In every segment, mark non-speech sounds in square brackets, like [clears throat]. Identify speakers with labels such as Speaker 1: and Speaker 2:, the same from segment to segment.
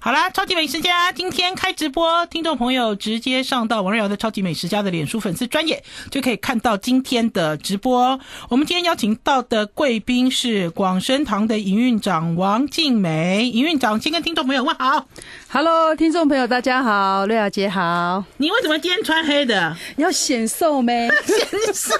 Speaker 1: 好啦，超级美食家今天开直播，听众朋友直接上到王瑞瑶的超级美食家的脸书粉丝专业，就可以看到今天的直播。我们今天邀请到的贵宾是广生堂的营运长王静美，营运长先跟听众朋友问好。
Speaker 2: Hello，听众朋友，大家好，瑞瑶姐好。
Speaker 1: 你为什么今天穿黑的？
Speaker 2: 要显瘦没？
Speaker 1: 显瘦。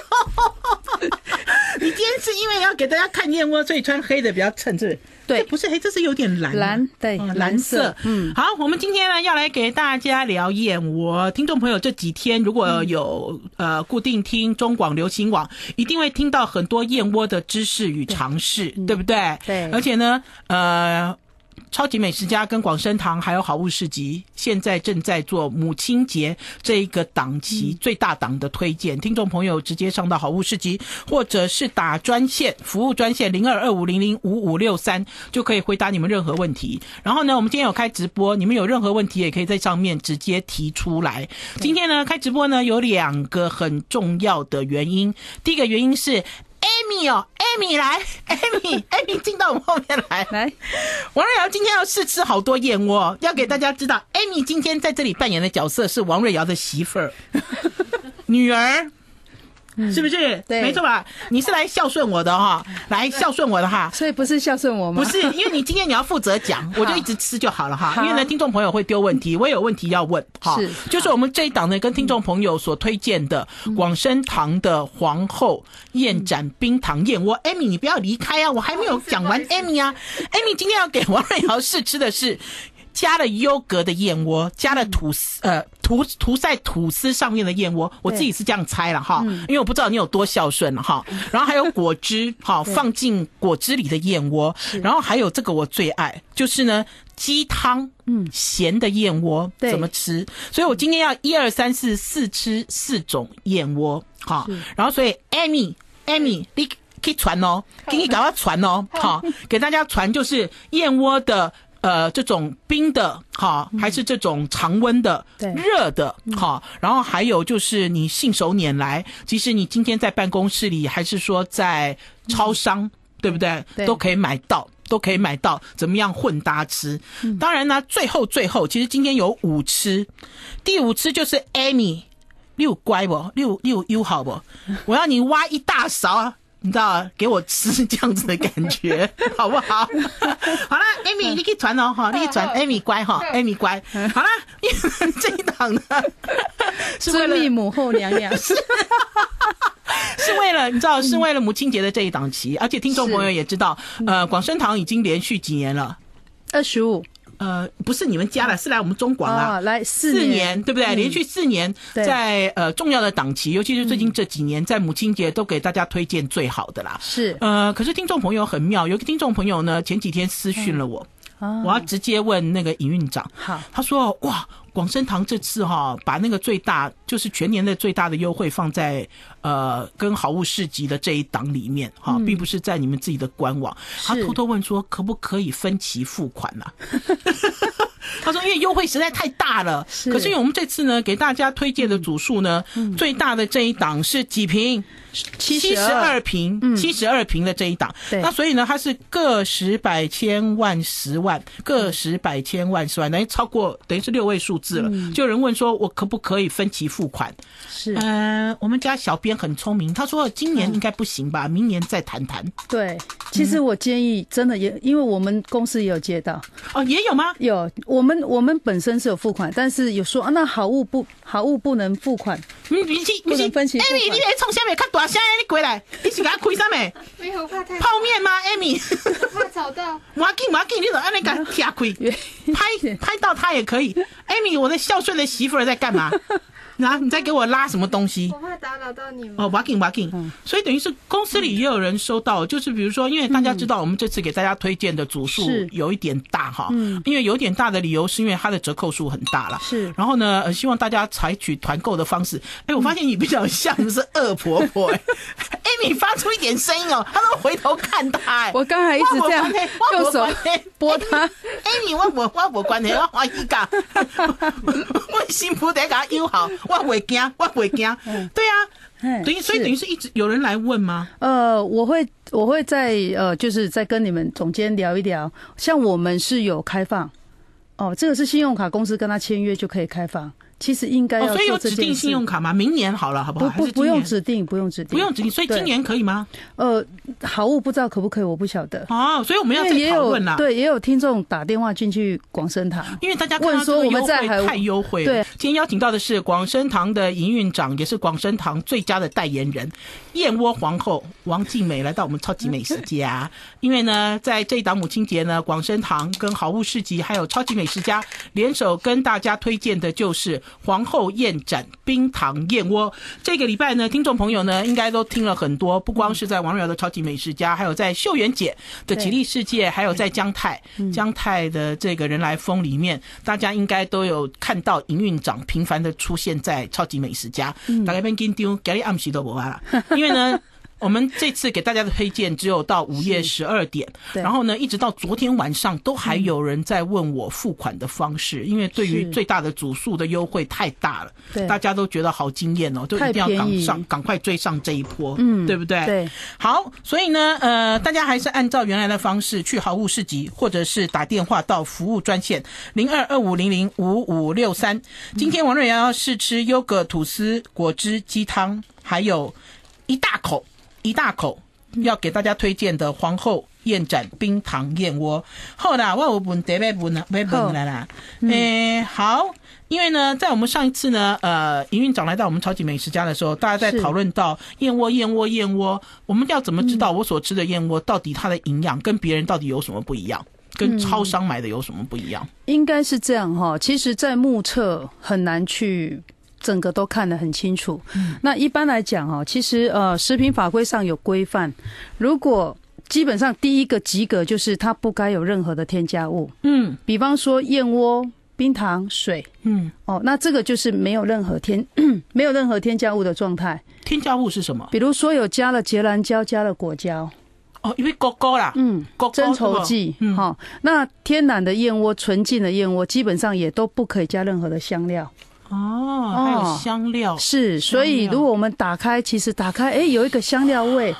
Speaker 1: 你今天是因为要给大家看燕窝，所以穿黑的比较衬，是不是？
Speaker 2: 对
Speaker 1: 这不是黑，这是有点蓝啊。
Speaker 2: 蓝对
Speaker 1: 哦蓝
Speaker 2: 蓝
Speaker 1: 色
Speaker 2: 色。
Speaker 1: 嗯，好，我们今天呢要来给大家聊燕窝。听众朋友这几天如果有、呃固定听中广流行网，一定会听到很多燕窝的知识与尝试，对不嗯对？
Speaker 2: 对
Speaker 1: 而且呢，呃。超级美食家跟广生堂还有好物市集，现在正在做母亲节这一个档期最大档的推荐，听众朋友直接上到好物市集，或者是打专线服务专线零二二五零零五五六三，就可以回答你们任何问题。然后呢，我们今天有开直播，你们有任何问题也可以在上面直接提出来。今天呢，开直播呢有两个很重要的原因，第一个原因是。Amy 哦，Amy 来，Amy，Amy 进到我们后面来。
Speaker 2: 来，
Speaker 1: 王瑞瑶今天要试吃好多燕窝，
Speaker 2: 嗯
Speaker 1: 要给大家知道，艾米今天在这里扮演的角色是王瑞瑶的媳妇
Speaker 2: [laughs]
Speaker 1: 儿、女儿，是不是？
Speaker 2: 嗯对嗯
Speaker 1: 没错吧？你是来孝顺我的哈，来孝顺我的哈。
Speaker 2: 所以不是孝顺我吗？
Speaker 1: 不是，因为你今天你要负责讲，我就一直吃就好了哈。
Speaker 2: 好
Speaker 1: 因为呢，听众朋友会丢问题，我也有问题要问哈。
Speaker 2: 是
Speaker 1: 就是我们这一档呢，跟听众朋友所推荐的广生堂的皇后燕盏冰糖燕窝，Amy，你不要离开啊，我还没有讲完 Amy 啊。Amy 今天要给王瑞瑶试吃的是。加了优格的燕窝，加了吐司，呃，涂涂在吐司上面的燕窝，我自己是这样猜了哈，因为我不知道你有多孝顺了哈。然后还有果汁，哈，放进果汁里的燕窝，然后还有这个我最爱，就是呢鸡汤，嗯，咸的燕窝
Speaker 2: 对
Speaker 1: 怎么吃？所以我今天要一二三四四吃四种燕窝，哈。然后所以 Amy，Amy，你可以传哦，给你赶快传哦，哈，给大家传就是燕窝的。呃，这种冰的哈，还是这种常温的、
Speaker 2: 对
Speaker 1: 热的哈，然后还有就是你信手拈来，即使你今天在办公室里，还是说在超商，对不对？
Speaker 2: 对
Speaker 1: 都可以买到。都可以买到，怎么样混搭吃？当然呢，最后最后，其实今天有五吃，第五吃就是 Amy，六乖不？六六优好不？我要你挖一大勺，你知道啊，给我吃这样子的感觉，好不好？好啦，Amy，你可以传哦，哈，你可以传，Amy 乖哈，Amy 乖。好啦， [laughs] 因为这一档呢，是为
Speaker 2: 遵
Speaker 1: 了
Speaker 2: 命母后娘娘。
Speaker 1: [laughs] 是为了你知道，是为了母亲节的这一档期，而且听众朋友也知道，呃，广生堂已经连续几年了，
Speaker 2: 二十五
Speaker 1: 呃，不是你们家了，是来我们中广啊
Speaker 2: 啊，，来嗯四嗯
Speaker 1: 四年，对不对？连续四年
Speaker 2: 对嗯
Speaker 1: 在呃重要的档期，尤其是最近这几年，在母亲节都给大家推荐最好的啦。
Speaker 2: 是
Speaker 1: 呃，可是听众朋友很妙，有一个听众朋友呢，前几天私讯了我，
Speaker 2: 啊
Speaker 1: 我要直接问那个营运长，
Speaker 2: 好
Speaker 1: 他说哇，广生堂这次哈、把那个最大就是全年的最大的优惠放在呃跟好物市集的这一档里面哈、并不是在你们自己的官网。他
Speaker 2: 嗯是
Speaker 1: 偷偷问说可不可以分期付款
Speaker 2: [laughs]
Speaker 1: 啊？他说因为优惠实在太大了，
Speaker 2: 是嗯
Speaker 1: 可是因为我们这次呢给大家推荐的组数呢、最大的这一档是几瓶？
Speaker 2: 七
Speaker 1: 七
Speaker 2: 十
Speaker 1: 十
Speaker 2: 二
Speaker 1: 二平，七十二平的这一档。
Speaker 2: 嗯对
Speaker 1: 那所以呢，它是个十百千万十万，个十百千万
Speaker 2: 嗯
Speaker 1: 十万，等于超过等于是六位数字了。就有人问说，我可不可以分期付款？
Speaker 2: 是，
Speaker 1: 嗯，我们家小编很聪明，他说今年应该不行
Speaker 2: 嗯
Speaker 1: 吧，明年再谈谈。
Speaker 2: 对。其实我建议，真的也，因为我们公司也有接到，
Speaker 1: 哦，也有吗？
Speaker 2: 有我们我们本身是有付款，但是有说啊，那好物不好物不能
Speaker 1: [laughs]
Speaker 2: 付款，
Speaker 1: 你你去
Speaker 2: 不
Speaker 1: 你
Speaker 2: 能
Speaker 1: 去，
Speaker 2: 分期付
Speaker 1: 艾
Speaker 2: 款
Speaker 1: 米，你来冲下面看大声的，你过来，你是给他开啥没？
Speaker 3: 没有怕太
Speaker 1: 泡面吗？艾米，
Speaker 2: [laughs]
Speaker 3: 怕吵到，
Speaker 1: 马紧马紧，你怎安尼
Speaker 2: 嗯
Speaker 1: 敢踢开？
Speaker 2: [laughs]
Speaker 1: 拍拍到他也可以。艾米，我的孝顺的媳妇儿在干
Speaker 2: [laughs]
Speaker 1: 嘛？然后你在给我拉什么东西
Speaker 3: 我？怕打扰到你们。
Speaker 1: 哦，瓦金瓦金，
Speaker 2: 嗯
Speaker 1: 所以等于是公司里也有人收到，就是比如说，因为大家知道我们这次给大家推荐的组数
Speaker 2: 是嗯
Speaker 1: 有一点大哈，因为有点大的理由是因为它的折扣数很大啦。
Speaker 2: 是
Speaker 1: 然后呢，呃希望大家采取团购的方式。哎，我发现你比较像是恶婆婆、
Speaker 2: [laughs]
Speaker 1: 哎，哎，你发出一点声音哦，她都回头看她、哎，
Speaker 2: 我刚才一直这样
Speaker 1: 哇我关嘿哇我
Speaker 2: 右手
Speaker 1: 关嘿
Speaker 2: 拨她
Speaker 1: 哎，你我无我无关系，我欢喜噶。我新妇得给他友好，我袂惊，我袂惊。 [laughs] 对啊，
Speaker 2: 嗯
Speaker 1: 等于所以等于是一直有人来问吗？
Speaker 2: 呃，我会我会在呃，就是再跟你们总监聊一聊。像我们是有开放，哦，这个是信用卡公司跟他签约就可以开放，其实应该
Speaker 1: 哦，
Speaker 2: 要
Speaker 1: 所以有
Speaker 2: 做这
Speaker 1: 指
Speaker 2: 件
Speaker 1: 定
Speaker 2: 事。
Speaker 1: 信用卡吗？明年好了，好不好？
Speaker 2: 不
Speaker 1: 还
Speaker 2: 不
Speaker 1: 是
Speaker 2: 不
Speaker 1: 今
Speaker 2: 用
Speaker 1: 年？
Speaker 2: 指定，不用指定，
Speaker 1: 不用指定，所以今
Speaker 2: 对
Speaker 1: 年可以吗？
Speaker 2: 呃，好物不知道可不可以，我不晓得。
Speaker 1: 哦，所以我们
Speaker 2: 因
Speaker 1: 要
Speaker 2: 为
Speaker 1: 再
Speaker 2: 也
Speaker 1: 讨
Speaker 2: 有
Speaker 1: 论啦。
Speaker 2: 对，也有听众打电话进去广生堂，
Speaker 1: 因为大家看到
Speaker 2: 问
Speaker 1: 这
Speaker 2: 说
Speaker 1: 个
Speaker 2: 我
Speaker 1: 优
Speaker 2: 们在
Speaker 1: 惠
Speaker 2: 海
Speaker 1: 太优惠了。
Speaker 2: 对
Speaker 1: 今天邀请到的是广生堂的营运长，也是广生堂最佳的代言人——燕窝皇后王静美，来到我们超级美食家。因为呢，在这一档母亲节呢，广生堂跟好物市集还有超级美食家联手跟大家推荐的就是皇后燕盏冰糖燕窝。这个礼拜呢，听众朋友呢应该都听了很多，不光是在王瑞瑶的超级美食家，还有在秀媛姐的吉利世界，还有在江泰江泰的这个人来疯里面，大家应该都有看到营运长频繁的出现在超级美食家，大概变金丢，给你暗喜都不完了，因为呢。我们这次给大家的推荐只有到午夜十二点，
Speaker 2: 对
Speaker 1: 然后呢，一直到昨天晚上都还有人在问我付款的方式，因为对于
Speaker 2: 是
Speaker 1: 最大的主数的优惠太大了，
Speaker 2: 对
Speaker 1: 大家都觉得好惊艳哦，就一定要
Speaker 2: 太便
Speaker 1: 赶
Speaker 2: 宜
Speaker 1: 上，赶快追上这一波，
Speaker 2: 嗯
Speaker 1: 对不对？
Speaker 2: 对，
Speaker 1: 好，所以呢，呃，大家还是按照原来的方式去好物市集，或者是打电话到服务专线零二二五零零五五六三。今天王瑞瑶要试吃优格吐司、果汁、鸡汤，还有一大口一大口要给大家推荐的皇后。燕盏冰糖燕窝，好啦，我有问题要问啊，要问啦啦。诶、好，因为呢，在我们上一次呢，呃，营运长来到我们超级美食家的时候，大家在
Speaker 2: 是
Speaker 1: 讨论到燕窝、燕窝、燕窝，我们要怎么知道
Speaker 2: 嗯
Speaker 1: 我所吃的燕窝到底它的营养跟别人到底有什么不一样，跟超商买的有什么不一样？
Speaker 2: 应该是这样哈。其实，在目测很难去整个都看得很清楚。那一般来讲哈，其实呃，食品法规上有规范，如果基本上第一个及格就是它不该有任何的添加物，
Speaker 1: 嗯
Speaker 2: 比方说燕窝、冰糖、水。
Speaker 1: 嗯，
Speaker 2: 哦，那这个就是没有任何添 [clears throat] 没有任何添加物的状态，
Speaker 1: 添加物是什么？
Speaker 2: 比如说有加了结兰胶，加了果胶，
Speaker 1: 哦，因为狗狗啦，
Speaker 2: 嗯，
Speaker 1: 狗狗
Speaker 2: 增稠剂，哈、
Speaker 1: 嗯
Speaker 2: 那天然的燕窝、纯净的燕窝，基本上也都不可以加任何的香料。
Speaker 1: 哦，还有
Speaker 2: 哦
Speaker 1: 香料，
Speaker 2: 是，所
Speaker 1: 香
Speaker 2: 以
Speaker 1: 料嗯
Speaker 2: 如果我们打开，其实打开，哎、有一个香料味，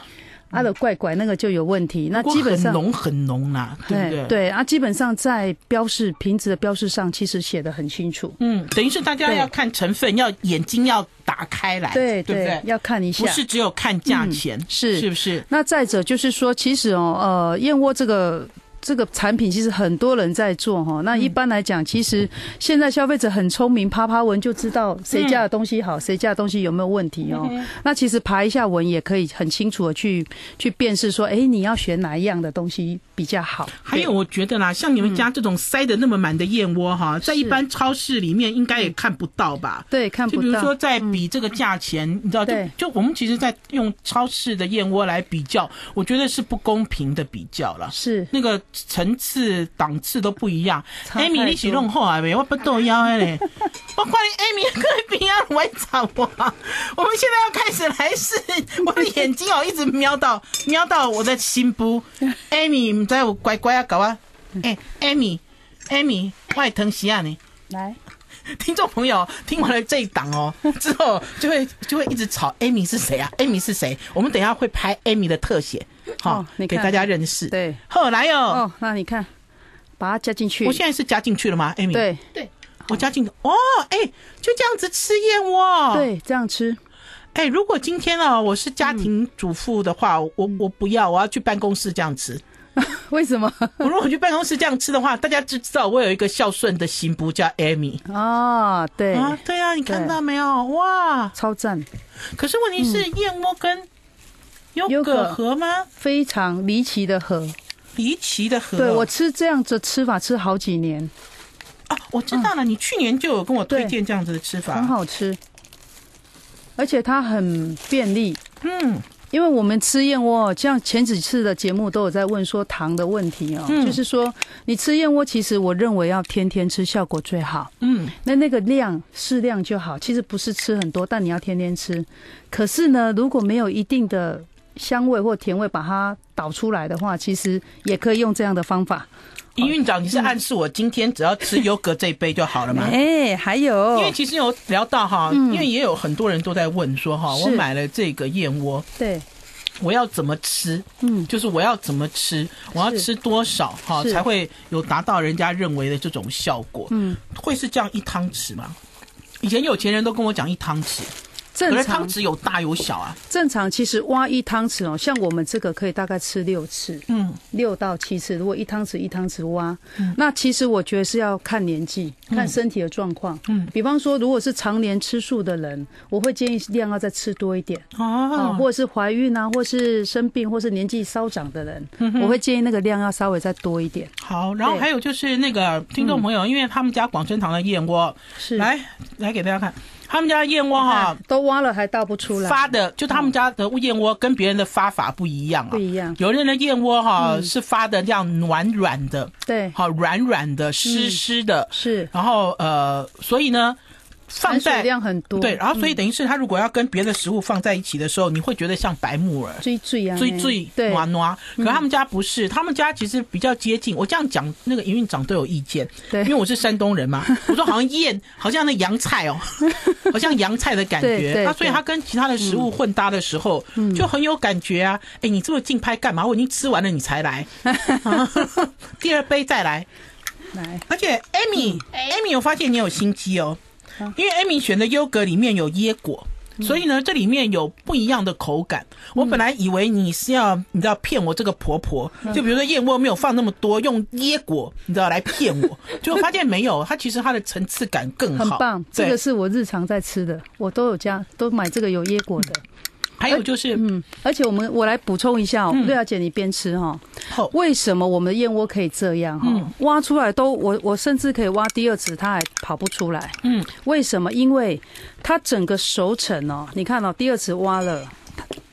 Speaker 2: 啊的怪怪，那个就有问题。那
Speaker 1: 不过
Speaker 2: 基本
Speaker 1: 很
Speaker 2: 上。
Speaker 1: 浓很浓啦，对不对？
Speaker 2: 哎啊，基本上在标示瓶子的标示上，其实写的很清楚。
Speaker 1: 嗯，等于是大家
Speaker 2: 对
Speaker 1: 要看成分，要眼睛要打开来，
Speaker 2: 对
Speaker 1: 对不对？
Speaker 2: 要看一
Speaker 1: 不
Speaker 2: 下。嗯
Speaker 1: 是只有看价钱，
Speaker 2: 是
Speaker 1: 是不是？
Speaker 2: 那再者就是说，其实哦，呃，燕窝这个。这个产品其实很多人在做哈，那一般来讲，其实现在消费者很聪明，啪啪闻就知道谁家的东西好，谁家的东西有没有问题哦。那其实爬一下文也可以很清楚的去去辨识说，哎，你要选哪一样的东西比较好。
Speaker 1: 还有，我觉得啦，像你
Speaker 2: 嗯
Speaker 1: 们家这种塞的那么满的燕窝哈，在一般超市里面应该也看不到吧？
Speaker 2: 对，看
Speaker 1: 就
Speaker 2: 不
Speaker 1: 比如
Speaker 2: 到嗯
Speaker 1: 说，在比这个价钱，你知道，就
Speaker 2: 对
Speaker 1: 就我们其实，在用超市的燕窝来比较，我觉得是不公平的比较了。
Speaker 2: 是
Speaker 1: 那个层次档次都不一样。
Speaker 2: 差
Speaker 1: 艾米，
Speaker 2: 太
Speaker 1: 你是
Speaker 2: 多
Speaker 1: 弄好啊没？我不动腰的
Speaker 2: [laughs]
Speaker 1: 嘞，我看你艾米跟平安玩场哇！我们现在要开始来试，我的眼睛哦一直瞄到瞄到我的心
Speaker 2: [laughs]
Speaker 1: 部。艾米，你知道我乖乖啊搞啊！
Speaker 2: 嗯
Speaker 1: 哎，艾米，艾米，外疼西亚呢？
Speaker 2: 来，
Speaker 1: 啊听众朋友听完了这一档
Speaker 2: [laughs]
Speaker 1: 哦之后，就会就会一直吵艾米是谁啊？艾米是谁？我们等一下会拍艾米的特写，好、
Speaker 2: 哦你
Speaker 1: 给
Speaker 2: 看
Speaker 1: 大家认识。
Speaker 2: 对，
Speaker 1: 后来哦
Speaker 2: 哦，那你看，把它加进去
Speaker 1: 我，现在是加进去了吗，Amy？，
Speaker 2: 对
Speaker 3: 对，
Speaker 1: 我加进哦，哎、就这样子吃燕窝。，
Speaker 2: 对，这样吃，
Speaker 1: 哎、如果今天呢、我是家
Speaker 2: 嗯
Speaker 1: 庭主妇的话，我我不要，我要去办公室这样
Speaker 2: [laughs]
Speaker 1: 吃。
Speaker 2: 为
Speaker 1: [laughs]
Speaker 2: 什么？
Speaker 1: 我如果去办公室这样吃的话，大家就知道我有一个孝顺的心不叫 Amy
Speaker 2: 啊，对，
Speaker 1: 啊。对啊，你看
Speaker 2: 对嗯
Speaker 1: 到没有？哇！
Speaker 2: 超赞。
Speaker 1: 可是问题是，燕窝跟优
Speaker 2: 优
Speaker 1: 格
Speaker 2: 格
Speaker 1: 盒吗？
Speaker 2: 非常离奇的盒。
Speaker 1: 离奇的哦盒。
Speaker 2: 对哦我吃这样子吃法吃好几年，
Speaker 1: 啊，我知道了，你去年就有跟我推
Speaker 2: 嗯对
Speaker 1: 荐这样子的吃
Speaker 2: 很
Speaker 1: 法。
Speaker 2: 好吃，而且它很便利。
Speaker 1: 嗯，
Speaker 2: 因为我们吃燕窝，像前几次的节目都有在问说糖的问题哦，
Speaker 1: 嗯
Speaker 2: 就是说你吃燕窝，其实我认为要天天吃效果最好。
Speaker 1: 嗯，
Speaker 2: 那那个量适量就好，其实不是吃很多，但你要天天吃。可是呢，如果没有一定的香味或甜味把它导出来的话，其实也可以用这样的方法。
Speaker 1: 营运长，你
Speaker 2: 嗯
Speaker 1: 是暗示我今天只要吃优格这一杯就好了
Speaker 2: [laughs]
Speaker 1: 吗？
Speaker 2: 哎、还有，
Speaker 1: 因为其实有聊到哈，因为也有很多人都在问说哈，
Speaker 2: 嗯是
Speaker 1: 我买了这个燕窝，
Speaker 2: 对，
Speaker 1: 我要怎么吃，
Speaker 2: 嗯，
Speaker 1: 就是我要怎么吃，我要
Speaker 2: 是
Speaker 1: 吃多少哈，
Speaker 2: 是
Speaker 1: 才会有达到人家认为的这种效果。嗯，会是这样一汤匙吗？以前有钱人都跟我讲一汤匙，可
Speaker 2: 正
Speaker 1: 是
Speaker 2: 常
Speaker 1: 汤匙有大有小啊。
Speaker 2: 正常其实挖一汤匙哦，像我们这个可以大概吃六次，
Speaker 1: 嗯，
Speaker 2: 六到七次。如果一汤匙一汤匙挖，那其实我觉得是要看年纪、
Speaker 1: 嗯
Speaker 2: 看身体的状况。嗯，比方说，如果是常年吃素的人，我会建议量要再吃多一点啊、
Speaker 1: 哦，
Speaker 2: 或者是怀孕啊，或是生病，或是年纪稍长的人，
Speaker 1: 嗯
Speaker 2: 我会建议那个量要稍微再多一点。
Speaker 1: 好，然后
Speaker 2: 对
Speaker 1: 还有就是那个听众朋友，因为他们家广生堂的燕窝，
Speaker 2: 是，
Speaker 1: 来来给大家看，他们家的燕窝哈
Speaker 2: 啊，都挖了还倒不出来，
Speaker 1: 发的，就他们家的燕窝跟别人的发法不一样啊
Speaker 2: 不。一样。
Speaker 1: 有人的燕窝哈是发的这样软软的，
Speaker 2: 嗯对，嗯
Speaker 1: 好软软的、湿湿的，
Speaker 2: 是
Speaker 1: 然后呃，所以呢，放
Speaker 2: 含水
Speaker 1: 在
Speaker 2: 量很多，
Speaker 1: 对，然后所以
Speaker 2: 嗯
Speaker 1: 等于是它如果要跟别的食物放在一起的时候，你会觉得像白木耳。
Speaker 2: 追追啊，
Speaker 1: 最最
Speaker 2: 对嗯
Speaker 1: 暖暖，可他们家不是，他们家其实比较接近。我这样讲，那个营运长都有意见，因为
Speaker 2: 对
Speaker 1: 我是山东人
Speaker 2: [laughs]
Speaker 1: 嘛。我说好像燕，好像那洋菜哦，好像洋菜的感
Speaker 2: 对
Speaker 1: 觉。
Speaker 2: 对嗯
Speaker 1: 那所以它跟其他的食物混搭的时候，就很有感觉啊。哎，你这么竞拍干嘛？我已经吃完了，你才
Speaker 2: [laughs]
Speaker 1: 来，啊 [laughs] 第二杯再来。
Speaker 2: 来。
Speaker 1: 而且 Amy，Amy，、
Speaker 2: 嗯
Speaker 3: 哎
Speaker 1: 我发现你有心机哦，因为 Amy 选的优格里面有椰果。
Speaker 2: 嗯
Speaker 1: 所以呢，这里面有不一样的口感。我本来以为你是要，你知道骗我这个婆婆，
Speaker 2: 嗯
Speaker 1: 就比如说燕窝没有放那么多，用椰果，你知道来骗我，结果发现没有，它其实它的层次感更嗯好。
Speaker 2: 很棒，这
Speaker 1: 对
Speaker 2: 个，是我日常在吃的，我都有加，都买这个有椰果的。
Speaker 1: 还有就是
Speaker 2: 嗯，而且我们我来补充一下哦，
Speaker 1: 嗯
Speaker 2: 瑞瑶姐你边吃哈、
Speaker 1: 后
Speaker 2: 为什么我们的燕窝可以这样哈、
Speaker 1: 嗯
Speaker 2: 挖出来都我我甚至可以挖第二次，它还跑不出来。
Speaker 1: 嗯，
Speaker 2: 为什么？因为它整个熟成哦，你看哦，第二次挖了，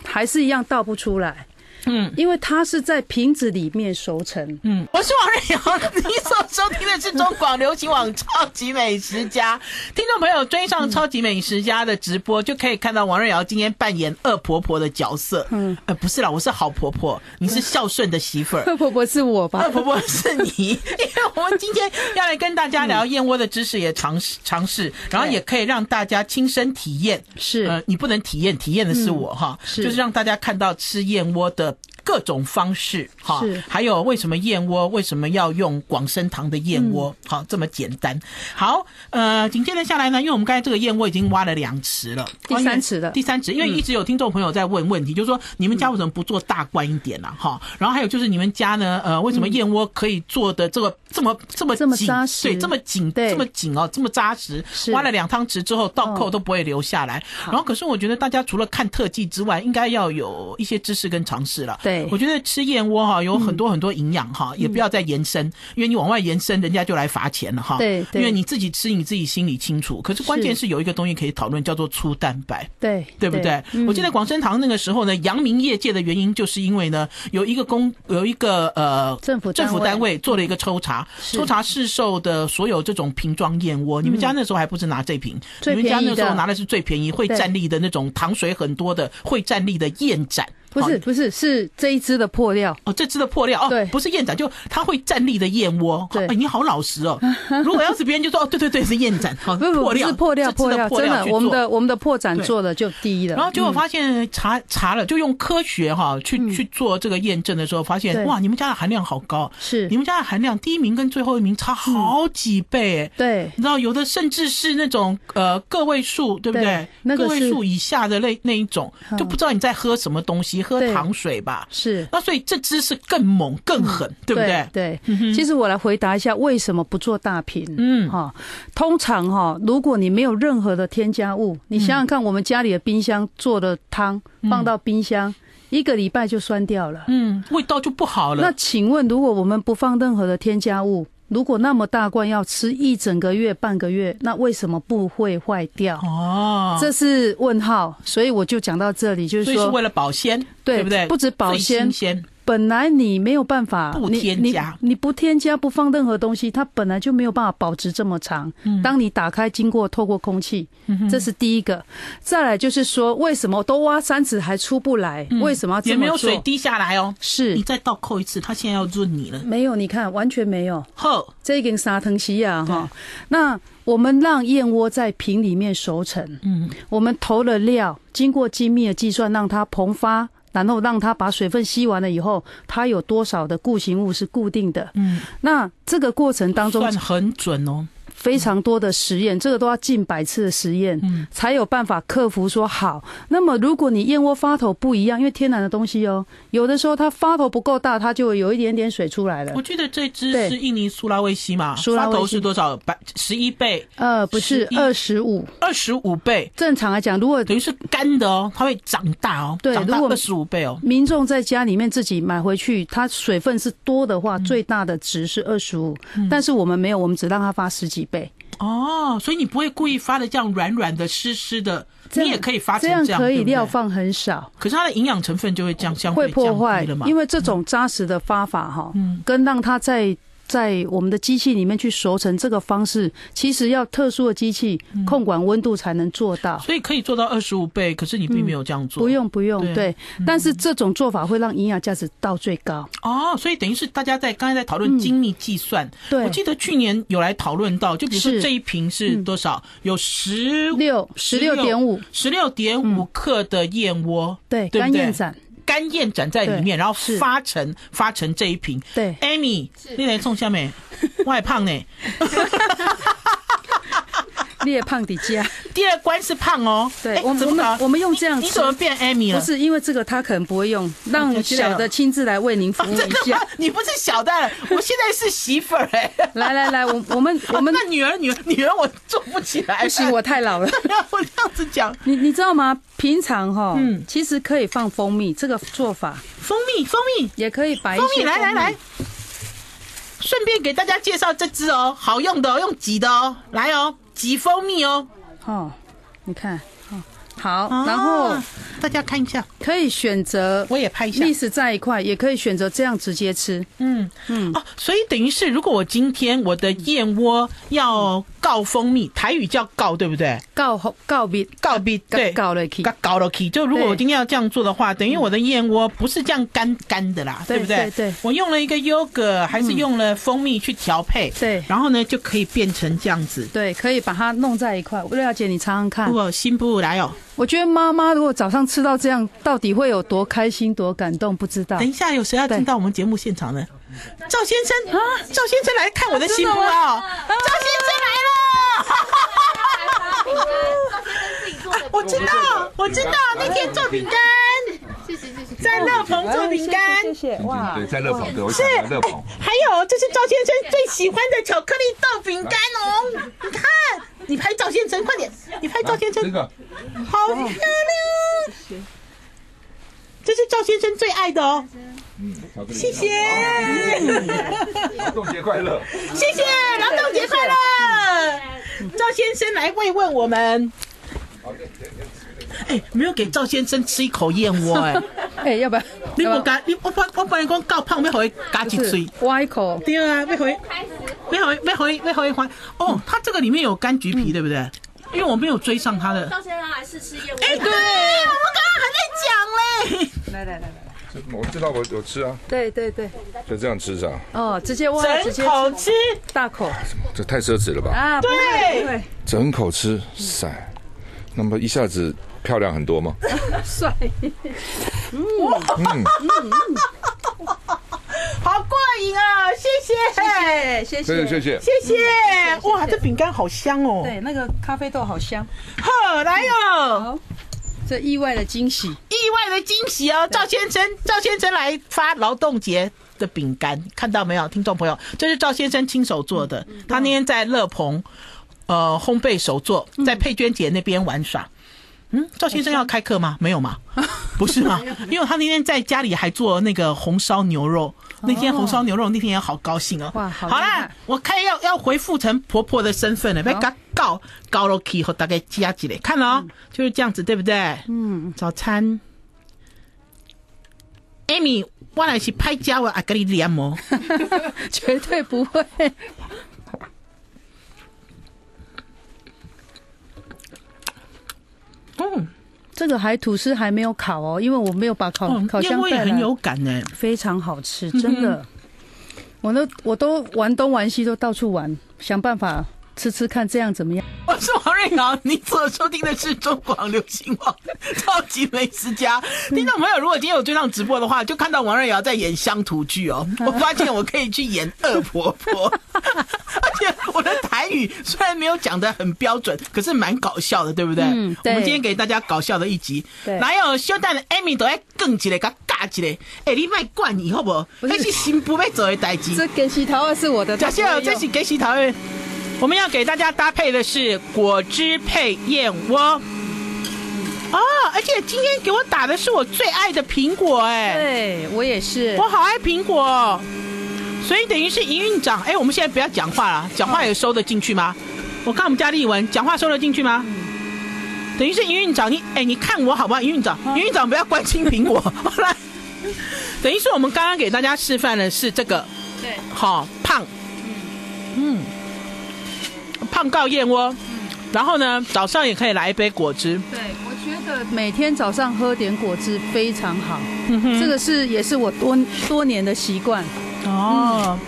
Speaker 2: 它还是一样倒不出来。
Speaker 1: 嗯，
Speaker 2: 因为它是在瓶子里面
Speaker 1: [laughs]
Speaker 2: 熟成。
Speaker 1: 嗯，我是王瑞瑶，你所收听的是中广流行网《超级美食家》。听众朋友追上《超级美食家》的直播，就可以看到王瑞瑶今天扮演恶婆婆的角色。嗯，呃，不是啦，我是好婆婆，你是孝顺的媳妇儿。
Speaker 2: 贺婆婆是我吧
Speaker 1: 恶？婆婆是你，因为我们今天要来跟大家聊燕窝的知识，也尝试尝试，然后也可以让大家亲身体验。
Speaker 2: 是、嗯
Speaker 1: 呃，你不能体验，体验的是我、哈，
Speaker 2: 是
Speaker 1: 就是让大家看到吃燕窝的各种方式哈
Speaker 2: 是，
Speaker 1: 还有为什么燕窝为什么要用广生堂的燕窝，
Speaker 2: 嗯
Speaker 1: 好这么简单。好，呃，紧接着下来呢，因为我们刚才这个燕窝已经挖了两匙了，
Speaker 2: 第三匙了嗯
Speaker 1: 第三匙，因为一直有听众朋友在问问题，就是说你们家为什么不做大罐一点呢、啊哈，
Speaker 2: 嗯
Speaker 1: 然后还有就是你们家呢，呃，为什么燕窝可以做的这个这么这么
Speaker 2: 这么
Speaker 1: 紧
Speaker 2: 扎实
Speaker 1: 对，这么紧，
Speaker 2: 对
Speaker 1: 这么紧哦，这么扎实，
Speaker 2: 是
Speaker 1: 挖了两汤匙之后倒扣
Speaker 2: 哦
Speaker 1: 都不会留下来。然后，可是我觉得大家除了看特技之外，应该要有一些知识跟尝试了。
Speaker 2: 对嗯
Speaker 1: 我觉得吃燕窝哈有很多很多营养哈，也不要再延伸，因为你往外延伸，人家就来罚钱了哈。
Speaker 2: 对对
Speaker 1: 因为你自己吃，你自己心里清楚。可是关键
Speaker 2: 是
Speaker 1: 是有一个东西可以讨论，叫做粗蛋白。
Speaker 2: 对嗯
Speaker 1: 对不对？我记得广生堂那个时候呢，扬名业界的原因，就是因为呢，有一个公有一个呃
Speaker 2: 政府
Speaker 1: 政府单
Speaker 2: 单位
Speaker 1: 位做了一个抽查，
Speaker 2: 是嗯
Speaker 1: 抽查市售的所有这种瓶装燕窝。你们家那时候还不是拿这瓶，你
Speaker 2: 最
Speaker 1: 们家
Speaker 2: 便宜
Speaker 1: 那时候
Speaker 2: 的
Speaker 1: 拿的是最便宜、会
Speaker 2: 对
Speaker 1: 站立的那种糖水很多的、会站立的燕盏。
Speaker 2: 嗯不是
Speaker 1: 哦
Speaker 2: 不是是这一支的破料，
Speaker 1: 哦，这只的破料哦
Speaker 2: 对，
Speaker 1: 不是燕盏，就它会站立的燕窝。
Speaker 2: 对
Speaker 1: 哎你好老实
Speaker 2: [laughs]
Speaker 1: 哦。如果要是别人就说哦，对对对，是燕盏，好
Speaker 2: 啊不不
Speaker 1: 破
Speaker 2: 不
Speaker 1: 料，
Speaker 2: 是破料
Speaker 1: 这只
Speaker 2: 破料，真
Speaker 1: 料
Speaker 2: 的，
Speaker 1: 去
Speaker 2: 我们
Speaker 1: 做
Speaker 2: 的我们的破绽
Speaker 1: 对
Speaker 2: 做的嗯就第一了。
Speaker 1: 然后结果发现查查了，就用科学哈去去做这个验证的时候，发现
Speaker 2: 嗯对
Speaker 1: 哇，你们家的含量好高，
Speaker 2: 是
Speaker 1: 你们家的含量第一名跟最后一名差好几倍、哎
Speaker 2: 对
Speaker 1: 你知道有的甚至是那种呃个位数，对不对？
Speaker 2: 对那个
Speaker 1: 个位
Speaker 2: 是嗯
Speaker 1: 数以下的那那一种，就不知道你在喝什么东西，喝
Speaker 2: 对
Speaker 1: 糖水吧？
Speaker 2: 是，
Speaker 1: 那所以这支是更猛更狠，对不对？
Speaker 2: 对，嗯其实我来回答一下为什么不做大瓶。
Speaker 1: 嗯
Speaker 2: 哈，通常哈，如果你没有任何的添加物，你想想看，我们家里的冰箱做的汤放到冰箱一个礼拜就酸掉了。
Speaker 1: 嗯，味道就不好
Speaker 2: 那
Speaker 1: 了。
Speaker 2: 请问，如果我们不放任何的添加物，如果那么大罐要吃一整个月、半个月，那为什么不会坏掉？
Speaker 1: 哦，
Speaker 2: 这是问号，所以我就讲到这里，就
Speaker 1: 所以
Speaker 2: 是
Speaker 1: 是
Speaker 2: 说
Speaker 1: 为，了保鲜，
Speaker 2: 对
Speaker 1: 不对？
Speaker 2: 不止保鲜
Speaker 1: 最新鲜，
Speaker 2: 本来你没有办法
Speaker 1: 不
Speaker 2: 你
Speaker 1: 添加
Speaker 2: 你，你不添加不放任何东西，它本来就没有办法保值这么长。
Speaker 1: 嗯
Speaker 2: 当你打开，经过透过空气，这是第一个。再来就是说，为什么都挖三尺还出不来？为什么要啊这
Speaker 1: 嗯也没有
Speaker 2: 么做？
Speaker 1: 水滴下来哦。
Speaker 2: 是嗯
Speaker 1: 你再倒扣一次，他现在要润你了。
Speaker 2: 没有，你看完全没有。
Speaker 1: 呵，
Speaker 2: 这根沙藤西亚哈，那我们让燕窝在瓶里面熟成，
Speaker 1: 嗯，
Speaker 2: 我们投了料，经过精密的计算，让它膨发。然后让它把水分吸完了以后，它有多少的固形物是固定的。
Speaker 1: 嗯，
Speaker 2: 那这个过程当中
Speaker 1: 算很准哦。
Speaker 2: 非常多的实验，这个都要近百次的实验，
Speaker 1: 嗯
Speaker 2: 才有办法克服说好。那么如果你燕窝发头不一样，因为天然的东西哦，有的时候它发头不够大，它就会有一点点水出来了
Speaker 1: 我。记得这只
Speaker 2: 对
Speaker 1: 是印尼苏拉威西嘛，
Speaker 2: 苏拉
Speaker 1: 发
Speaker 2: 威西
Speaker 1: 头是多少？百十一倍、
Speaker 2: 呃，不是
Speaker 1: 11
Speaker 2: 二十五，
Speaker 1: 二十五倍，
Speaker 2: 正常来讲，如果
Speaker 1: 等于是干的哦，它会长大哦，
Speaker 2: 对
Speaker 1: 长大
Speaker 2: 如果
Speaker 1: 二十五倍哦。
Speaker 2: 民众在家里面自己买回去，它水分是多的
Speaker 1: 嗯
Speaker 2: 话，最大的值是二十五，但是我们没有，我们只让它发十几倍，
Speaker 1: 哦，所以你不会故意发的这样软软的、湿湿的，
Speaker 2: 这
Speaker 1: 你
Speaker 2: 样
Speaker 1: 也可以发成
Speaker 2: 这样可
Speaker 1: 对
Speaker 2: 以
Speaker 1: 不对
Speaker 2: 料放很少。
Speaker 1: 可是它的营养成分就会降，相
Speaker 2: 会
Speaker 1: 对
Speaker 2: 破坏
Speaker 1: 降低了嘛，
Speaker 2: 因为这种扎实的发法哈，
Speaker 1: 嗯
Speaker 2: 跟让它在在我们的机器里面去熟成这个方式，其实要特殊的机器
Speaker 1: 嗯
Speaker 2: 控管温度才能做到。
Speaker 1: 所以可以做到二十五倍，可是你并没有这样做。
Speaker 2: 嗯不用不用，
Speaker 1: 对嗯
Speaker 2: 对，但是这种做法会让营养价值到最高。
Speaker 1: 哦，所以等于是大家在刚才在讨论精密计算，
Speaker 2: 嗯对
Speaker 1: 我，记得去年有来讨论到，就比如说
Speaker 2: 是嗯
Speaker 1: 这一瓶是多少，有十
Speaker 2: 六十六点五，嗯
Speaker 1: 十六点五克的燕窝
Speaker 2: 对，
Speaker 1: 对不
Speaker 2: 干
Speaker 1: 对
Speaker 2: 燕盏，
Speaker 1: 干燕盏在里面，
Speaker 2: 对
Speaker 1: 然后
Speaker 2: 是
Speaker 1: 发成发成这一瓶。
Speaker 2: 对，
Speaker 1: Amy，
Speaker 3: 是
Speaker 1: 你来送下面，我也胖呢。
Speaker 2: 裂胖底加。
Speaker 1: 第二关是胖哦，
Speaker 2: 对
Speaker 1: 哎
Speaker 2: 我们
Speaker 1: 怎
Speaker 2: 我
Speaker 1: 么
Speaker 2: 们
Speaker 1: 搞
Speaker 2: 我们用这样
Speaker 1: 你
Speaker 2: 吃
Speaker 1: 怎，么变 Amy [laughs]
Speaker 2: 不
Speaker 1: 了？
Speaker 2: 是因为这个他可能不会用，让
Speaker 1: 哦这样
Speaker 2: 小的亲自来为您服
Speaker 1: [laughs]
Speaker 2: 务
Speaker 1: 真
Speaker 2: 一
Speaker 1: 的
Speaker 2: 下
Speaker 1: 吗。？你不是小的，我现在是媳妇儿哎、
Speaker 2: 来
Speaker 1: [laughs]
Speaker 2: 来来， [laughs] 我我们我们
Speaker 1: 那女儿女儿女儿我做不起来，
Speaker 2: 不行，我太老了。
Speaker 1: [laughs] 不要我这样子讲，
Speaker 2: 你你知道吗？平常哈，
Speaker 1: 嗯
Speaker 2: 其实可以放蜂蜜，这个做法
Speaker 1: 蜂蜜蜂蜜
Speaker 2: 也可以摆一
Speaker 1: 蜂
Speaker 2: 些
Speaker 1: 蜜，来来来，顺便给大家介绍这支哦，好用的哦，用挤的哦，来哦，挤蜂蜜哦，
Speaker 2: 哦，你看，哦，
Speaker 1: 啊
Speaker 2: 好，然后
Speaker 1: 大家看一下，
Speaker 2: 可以选择
Speaker 1: 我也拍一下
Speaker 2: 历，史在一块，也可以选择这样直接吃。
Speaker 1: 嗯
Speaker 2: 嗯
Speaker 1: 哦，所以等于是，如果我今天我的燕窝要告蜂蜜，台语叫告，对不对？
Speaker 2: 告告别
Speaker 1: 告蜜对。
Speaker 2: 告了去
Speaker 1: 搞，搞了 key，就如果
Speaker 2: 对
Speaker 1: 我今天要这样做的话，等于我的燕窝不是这样干干的啦，
Speaker 2: 对
Speaker 1: 不嗯对？
Speaker 2: 对对
Speaker 1: 我用了一个 yogurt，还是用了蜂蜜去调配，
Speaker 2: 对
Speaker 1: 然后呢就可以变成这样子。
Speaker 2: 对，可以把它弄在一块。瑞小姐，你尝尝看
Speaker 1: 如。果新不来哦，
Speaker 2: 我觉得妈妈如果早上吃到这样，到底会有多开心、多感动，不知道
Speaker 1: 等。一下有谁要
Speaker 2: 对
Speaker 1: 进到我们节目现场呢？赵先生啊啊，赵先生来看我的新不啊！赵先生来了。啊
Speaker 3: 发饼干，赵先生自己做的
Speaker 1: [laughs] 我知道，我知道，那天做饼干，
Speaker 3: 谢谢谢谢。
Speaker 1: 在乐鹏做饼干，
Speaker 2: 谢
Speaker 4: 哇，对，在乐鹏，对，我
Speaker 1: 是
Speaker 4: 想到乐鹏，
Speaker 1: 哎还有这是赵先生最喜欢的巧克力豆饼干哦。你看，你拍赵先生，快点，你拍哎赵先
Speaker 4: 啊这
Speaker 1: 生，
Speaker 4: 个
Speaker 1: 好漂亮。啊这是赵先生最爱的哦，
Speaker 4: 巧克力，啊
Speaker 1: 谢谢，
Speaker 4: 劳动节快乐，
Speaker 1: 谢谢，劳动节快乐！赵先生来慰问我们。哎，没有给赵先生吃一口燕窝
Speaker 4: [laughs]
Speaker 1: 哎，
Speaker 2: 哎，要不要？
Speaker 1: 你
Speaker 2: 要
Speaker 1: 不
Speaker 2: 不要
Speaker 1: 敢，你我本我本来讲够胖，要回加一嘴
Speaker 2: 是。挖一口，
Speaker 1: 对啊，要回，要回，要回，要回还。哦，它这个里面有柑橘皮，对不对？因为我没有追上它的。
Speaker 5: 赵先生来试吃燕
Speaker 1: 哎，对，我
Speaker 5: 窝，
Speaker 1: 们刚刚还在讲嘞。
Speaker 4: 这我知道，我我吃啊，
Speaker 2: 对对对，
Speaker 4: 就这样吃啊是吧？
Speaker 2: 哦，直接挖，直接
Speaker 1: 整口吃，
Speaker 2: 大口
Speaker 4: 这太奢侈了吧？
Speaker 2: 啊，不会
Speaker 1: 对
Speaker 2: 不会，
Speaker 4: 整口吃，塞，那么一下子漂亮很多吗？
Speaker 2: 帅。
Speaker 1: 好过瘾啊！谢谢，嗯
Speaker 2: 谢
Speaker 4: 真的谢谢。
Speaker 1: 谢谢。哇，这饼干好香哦。
Speaker 2: 对，那个咖啡豆好香，
Speaker 1: 呵，来哦，
Speaker 2: 这意外的惊喜。 [laughs]
Speaker 1: 意外的惊喜哦！赵先生，赵先生来发劳动节。的饼干看到没有，听众朋友，这是赵先生亲手做的。他那天在乐鹏，呃，烘焙手作，在佩娟姐那边玩耍。嗯，赵先生要开课吗？没有吗？不是吗？因为他那天在家里还做那个红烧牛肉，那天红烧牛肉那天也好高兴哦。
Speaker 2: 哇
Speaker 1: 好
Speaker 2: 好厉
Speaker 1: 啦
Speaker 2: 害，
Speaker 1: 我看要要回复成婆婆的身份了，被他告告了以后大概加几嘞，看了哦，就是这样子，对不对？
Speaker 2: 嗯，
Speaker 1: 早餐。Amy，我来是拍家我阿格里连哦，
Speaker 2: 绝对不会。
Speaker 1: 嗯，
Speaker 2: 这个还吐司还没有烤哦，因为我没有把烤烤
Speaker 1: 燕
Speaker 2: 箱
Speaker 1: 窝也
Speaker 2: 带来
Speaker 1: 很，嗯有感呢。
Speaker 2: 非常好吃，真的。我都我都玩东玩西，都到处玩，想办法吃吃看这样怎么样？
Speaker 1: 我是王瑞瑶，你所收听的是中广流行网《超级美食家》。听众朋友，如果今天有追上直播的话，就看到王瑞瑶在演乡土剧
Speaker 2: [laughs]
Speaker 1: 哦。我发现我可以去演恶婆婆， [laughs] 而且我的台语虽然没有讲的很标准，可是蛮搞笑的，对不对？
Speaker 2: 嗯对
Speaker 1: 我们今天给大家搞笑的一集，
Speaker 2: 对
Speaker 1: 哪有小蛋的艾米都要更起来，嘎尬起来。哎、你卖管你好不好？
Speaker 2: 是
Speaker 1: 那是新不被做的代志。
Speaker 2: 给洗头啊发是我的
Speaker 1: 假设这是给洗讨论，我们要给大家搭配的是果汁配燕窝。哦，而且今天给我打的是我最爱的苹果，哎，
Speaker 2: 对我也是
Speaker 1: 我，好爱苹果哦，所以等于是营运长，哎，我们现在不要讲话了，讲话也收得进去吗？我看我们家丽文讲话收得进去吗？等于是营运长，你哎，你看我好不好？营运长，营运长不要关心苹果，后来等于是我们刚刚给大家示范的是这个
Speaker 3: 对，
Speaker 1: 好、胖，嗯，胖告燕窝，然后呢，早上也可以来一杯果汁，
Speaker 3: 对，我觉得
Speaker 2: 每天早上喝点果汁非常好，
Speaker 1: 嗯哼，
Speaker 2: 这个是也是我多多年的习惯。
Speaker 1: 哦，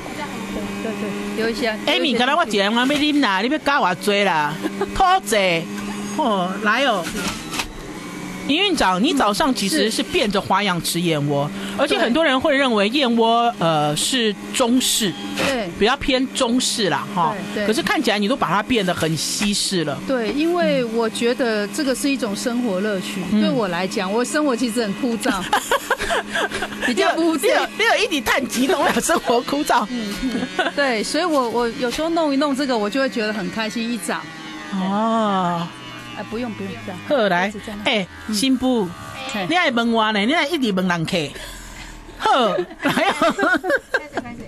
Speaker 2: 对对，留一下。
Speaker 1: 艾米，刚才我一个人我要啉啦，你要加我追啦， [laughs] 拖姐，哦，来哦。营运长，你早上其实
Speaker 2: 是
Speaker 1: 是变着花样吃燕窝，而且
Speaker 2: 对
Speaker 1: 很多人会认为燕窝呃是中式，
Speaker 2: 对
Speaker 1: 比较偏中式啦哈。
Speaker 2: 对对
Speaker 1: 可是看起来你都把它变得很西式了。
Speaker 2: 对，因为我觉得这个是一种生活乐趣。
Speaker 1: 嗯
Speaker 2: 对我来讲，我生活其实很枯燥， [laughs]
Speaker 1: [laughs]
Speaker 2: 比较枯
Speaker 1: 你有
Speaker 2: 燥。
Speaker 1: 你有一点叹激动了，生活枯燥。
Speaker 2: 嗯对，所以我我有时候弄一弄这个，我就会觉得很开心。一早，
Speaker 1: 哦，
Speaker 2: 哎，不用不用这样。
Speaker 1: 好来
Speaker 2: 一直在，那嗯
Speaker 1: 哎、新妇，
Speaker 2: 嘿
Speaker 1: 你爱问我呢，你爱一直问人客。好，来哦，
Speaker 3: 开始开始，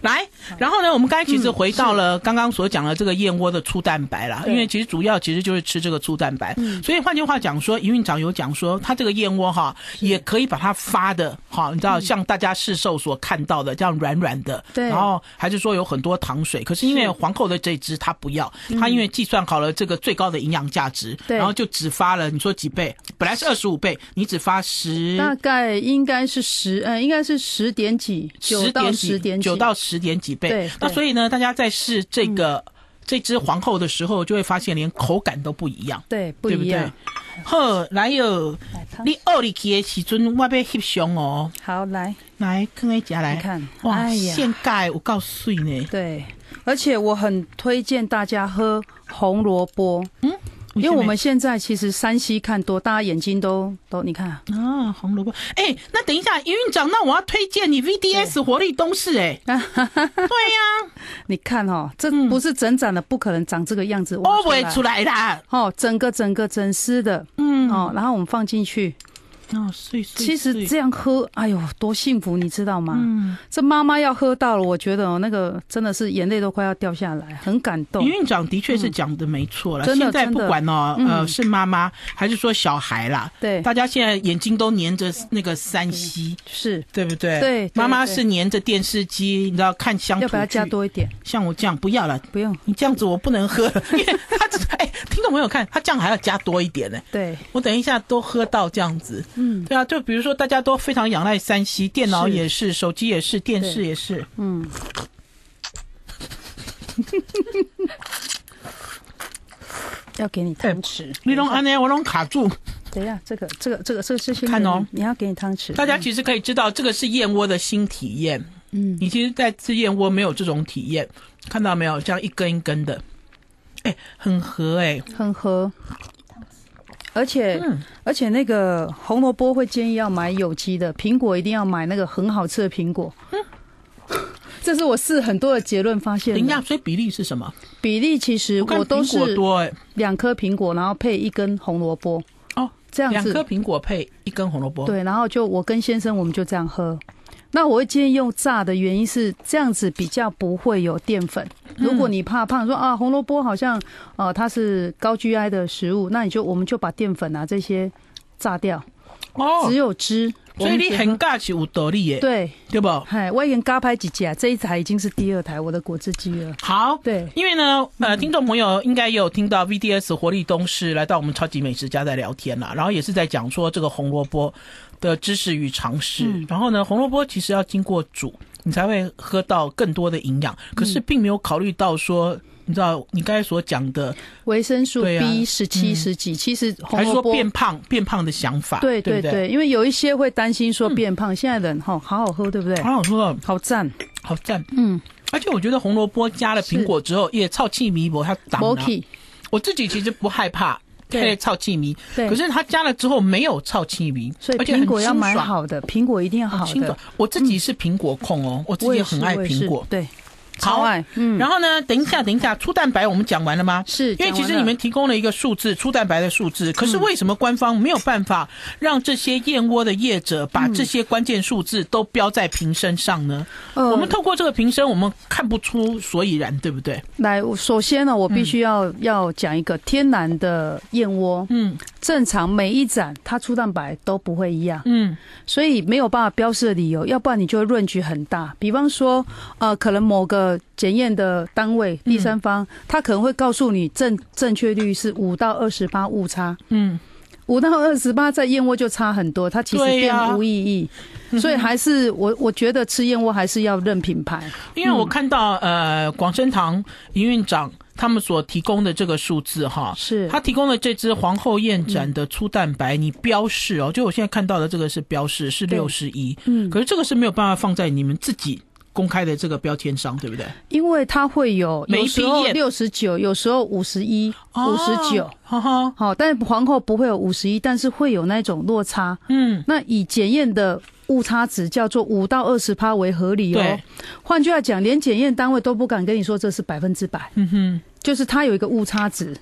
Speaker 1: 来，然后呢，我们刚才其实回到了刚刚所讲的这个燕窝的粗蛋白啦，
Speaker 2: 对
Speaker 1: 因为其实主要其实就是吃这个粗蛋白，
Speaker 2: 嗯
Speaker 1: 所以换句话讲说，营运长有讲说，他这个燕窝哈，也可以把它发的，哈，你知道像大家市售所看到的这样软软的，
Speaker 2: 嗯对
Speaker 1: 然后还是说有很多糖水，可是因为
Speaker 2: 是嗯
Speaker 1: 皇后的这只他不要，他因为计算好了这个最高的营养价值，
Speaker 2: 对
Speaker 1: 然后就只发了，你说几倍？本来是二十五倍，你只发十。
Speaker 2: 大概应该是十，嗯，应该是十点几，九到十点几，
Speaker 1: 九到十点几倍。
Speaker 2: 对
Speaker 1: 那
Speaker 2: 对嗯
Speaker 1: 所以呢，大家在试这个、这只皇后的时候，就会发现连口感都不一样，
Speaker 2: 对不一
Speaker 1: 对
Speaker 2: 样。
Speaker 1: 不对？好，来哟，
Speaker 2: 来汤
Speaker 1: 你二里去的时阵，我要翕相哦，
Speaker 2: 好来，
Speaker 1: 来，看一下来
Speaker 2: 你看
Speaker 1: 哇，
Speaker 2: 哎呀
Speaker 1: 现盖有够碎呢，
Speaker 2: 对，而且我很推荐大家喝红萝卜，
Speaker 1: 嗯
Speaker 2: 因为我们现在其实山西看多，大家眼睛都都你看，
Speaker 1: 啊，红萝卜，哎、那等一下，营运长，那我要推荐你 VDS 活力东市、
Speaker 2: [laughs]
Speaker 1: 哎，对呀、
Speaker 2: [laughs] 你看哦，这不是整盏的，不可能长这个样子，
Speaker 1: 嗯
Speaker 2: 挖
Speaker 1: 哦我会出
Speaker 2: 来。
Speaker 1: 来啦，
Speaker 2: 哦，整个整个整丝的，嗯，哦，然后我们放进去，
Speaker 1: 哦，碎碎，
Speaker 2: 其
Speaker 1: 碎
Speaker 2: 实这样啊喝，哎呦，多幸福，你知道吗？
Speaker 1: 嗯，
Speaker 2: 这妈妈要喝到了，我觉得哦，那个真的是眼泪都快要掉下来，很感动嗯
Speaker 1: 营。运长的确是讲的没错了，
Speaker 2: 真的
Speaker 1: 现在不管哦，
Speaker 2: 真的
Speaker 1: 呃，
Speaker 2: 嗯
Speaker 1: 是妈妈还是说小孩啦，
Speaker 2: 对，
Speaker 1: 大家现在眼睛都粘着那个山西，
Speaker 2: 是
Speaker 1: 对不对？
Speaker 2: 对对
Speaker 1: 妈妈
Speaker 2: 对
Speaker 1: 是粘着电视机，你知道看乡土
Speaker 2: 要不要加
Speaker 1: 剧
Speaker 2: 多一点？
Speaker 1: 像我这样不要了。
Speaker 2: 不用，
Speaker 1: 你这样子我不能
Speaker 2: [laughs]
Speaker 1: 喝了，因为他只哎，听众朋友看，他这样还要加多一点呢。
Speaker 2: 对，
Speaker 1: 我等一下都喝到这样子，
Speaker 2: 嗯
Speaker 1: 对啊，就比如说大家都非常仰赖三 C，电脑
Speaker 2: 是
Speaker 1: 也是，手机也是，电视
Speaker 2: 对
Speaker 1: 也是，
Speaker 2: 嗯，要给你汤匙。
Speaker 1: 哎你拢安呢，我拢卡住。
Speaker 2: 等一下，这个这个这个这个是新
Speaker 1: 看哦
Speaker 2: 人你要给你汤匙。
Speaker 1: 大家其实可以知道，这个是燕窝的新体验。
Speaker 2: 嗯，
Speaker 1: 你其实，在吃燕窝没有这种体验，看到没有？这样一根一根的，哎、很合哎、
Speaker 2: 很合，而且、
Speaker 1: 嗯
Speaker 2: 而且那个红萝卜会建议要买有机的，苹果一定要买那个很好吃的苹果。这是我试很多的结论发现
Speaker 1: 嗯等一下，
Speaker 2: 的，
Speaker 1: 所以比例是什么？
Speaker 2: 比例其实
Speaker 1: 看
Speaker 2: 我都
Speaker 1: 苹
Speaker 2: 是
Speaker 1: 果多哎、
Speaker 2: 两颗苹果，然后配一根红萝卜，
Speaker 1: 哦，
Speaker 2: 这样
Speaker 1: 两颗
Speaker 2: 子
Speaker 1: 苹果配一根红萝卜。，
Speaker 2: 对，然后就我跟先生我们就这样喝。那我会建议用炸的原因是这样子比较不会有淀粉。
Speaker 1: 嗯
Speaker 2: 如果你怕胖，说啊红萝卜好像呃它是高 GI 的食物，那你就我们就把淀粉啊这些炸掉，
Speaker 1: 哦
Speaker 2: 只，有汁。
Speaker 1: 所以
Speaker 2: 我们
Speaker 1: 你
Speaker 2: 只
Speaker 1: 很
Speaker 2: 喝
Speaker 1: 尬是有道理耶、
Speaker 2: 对，
Speaker 1: 对不？
Speaker 2: 嗨，我已经嘎拍几集啊，这一台已经是第二台我的果汁机了。
Speaker 1: 好，
Speaker 2: 对
Speaker 1: 因为呢，呃，听众朋友应该也有听到 VDS 活力东市来到我们超级美食家在聊天啦，然后也是在讲说这个红萝卜的知识与常识。
Speaker 2: 嗯
Speaker 1: 然后呢，红萝卜其
Speaker 2: 嗯
Speaker 1: 实要经过煮，你才会喝到更多的营养，可是并没有考虑到说你知道你刚才所讲的，
Speaker 2: 维生素
Speaker 1: 对啊
Speaker 2: B 十七、
Speaker 1: 嗯
Speaker 2: 十几，其实红
Speaker 1: 还是
Speaker 2: 萝
Speaker 1: 说
Speaker 2: 卜
Speaker 1: 变胖变胖的想法，
Speaker 2: 对
Speaker 1: 对
Speaker 2: 对
Speaker 1: 不，
Speaker 2: 对，因为有一些会担心说变胖，现在人哈好好喝，对不对？
Speaker 1: 好好说，
Speaker 2: 好赞，
Speaker 1: 好赞。
Speaker 2: 嗯
Speaker 1: 而且我觉得红萝卜加了苹果之后，也臭气弥薄，它啊长了。
Speaker 2: ，Moki，
Speaker 1: 我自己其实不害怕。
Speaker 2: 对
Speaker 1: 对，臭气迷，
Speaker 2: 对
Speaker 1: 可是它加了之后没有臭气迷，
Speaker 2: 所以
Speaker 1: 而且很
Speaker 2: 苹果要
Speaker 1: 清
Speaker 2: 买
Speaker 1: 爽哦
Speaker 2: 好的，苹果一定要好
Speaker 1: 清
Speaker 2: 的
Speaker 1: 爽。。我自己是苹果控哦，我自
Speaker 2: 我
Speaker 1: 己
Speaker 2: 也
Speaker 1: 很
Speaker 2: 是
Speaker 1: 爱
Speaker 2: 我也是
Speaker 1: 苹果。
Speaker 2: 对，
Speaker 1: 好
Speaker 2: 超爱。嗯，
Speaker 1: 然后呢，等一下，等一下，粗蛋白我们讲完了吗？
Speaker 2: 是
Speaker 1: 因为其实你们提供了一个数字，粗蛋白的数
Speaker 2: 嗯
Speaker 1: 字，可是为什么官方没有办法让这些燕窝的业者把这些关键数字都标在瓶身上呢？
Speaker 2: 呃
Speaker 1: 我们透过这个瓶身，我们看不出所以然，对不对？
Speaker 2: 来，我首先呢，我
Speaker 1: 嗯
Speaker 2: 必须要、要讲一个天然的燕窝，
Speaker 1: 嗯
Speaker 2: 正常每一盏它粗蛋白都不会一样，
Speaker 1: 嗯
Speaker 2: 所以没有办法标示的理由，要不然你就会论据很大。比方说，呃，可能某个检验的单位、第
Speaker 1: 嗯
Speaker 2: 三方，他可能会告诉你正正确率是五到二十八误差，
Speaker 1: 嗯，
Speaker 2: 五到二十八在燕窝就差很多，它其实
Speaker 1: 对呀嗯
Speaker 2: 变无意义，所以还是我我觉得吃燕窝还是要认品牌，
Speaker 1: 因为我看到、呃广生堂营运长他们所提供的这个数字哈，
Speaker 2: 是
Speaker 1: 他提供的这只皇后燕盏的粗蛋白，你标示哦，就我现在看到的这个是标示是
Speaker 2: 对
Speaker 1: 六十一，
Speaker 2: 嗯
Speaker 1: 可是这个是没有办法放在你们自己公开的这个标签上，对不对？
Speaker 2: 因为它会有
Speaker 1: 每一
Speaker 2: 有
Speaker 1: 批
Speaker 2: 时候
Speaker 1: 验
Speaker 2: 六十九，有时候五十一、五十九
Speaker 1: 哦，，哈哈，
Speaker 2: 好，但皇后不会有五十一，但是会有那种落差。
Speaker 1: 嗯，
Speaker 2: 那以检验的误差值叫做五到二十趴为合理哦
Speaker 1: 对。
Speaker 2: 换句话讲，连检验单位都不敢跟你说这是百分之百，
Speaker 1: 嗯哼，
Speaker 2: 就是它有一个误差值。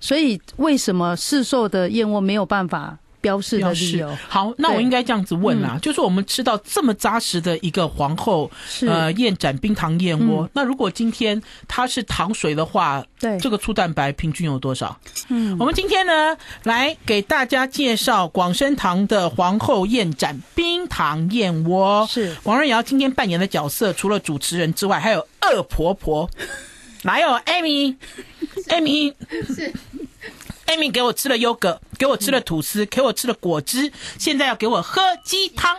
Speaker 2: 所以为什么市售的燕窝没有办法标示的
Speaker 1: 标
Speaker 2: 理
Speaker 1: 示
Speaker 2: 由
Speaker 1: 好，那我
Speaker 2: 对嗯
Speaker 1: 应该这样子问啦，就是我们吃到这么扎实的一个皇后
Speaker 2: 是？嗯
Speaker 1: 呃燕盏冰糖燕窝，那如果今天它是糖水的话，
Speaker 2: 对，
Speaker 1: 这个粗蛋白平均有多少？
Speaker 2: 嗯
Speaker 1: 我们今天呢，来给大家介绍广生堂的皇后宴展冰糖燕窝。
Speaker 2: 是
Speaker 1: 王瑞瑶今天扮演的角色，除了主持人之外，还有恶婆婆。来哦，艾米，艾米
Speaker 3: 是
Speaker 1: 艾米给我吃了优格，给我吃了吐司，给我吃了果汁，现在要给我喝鸡汤。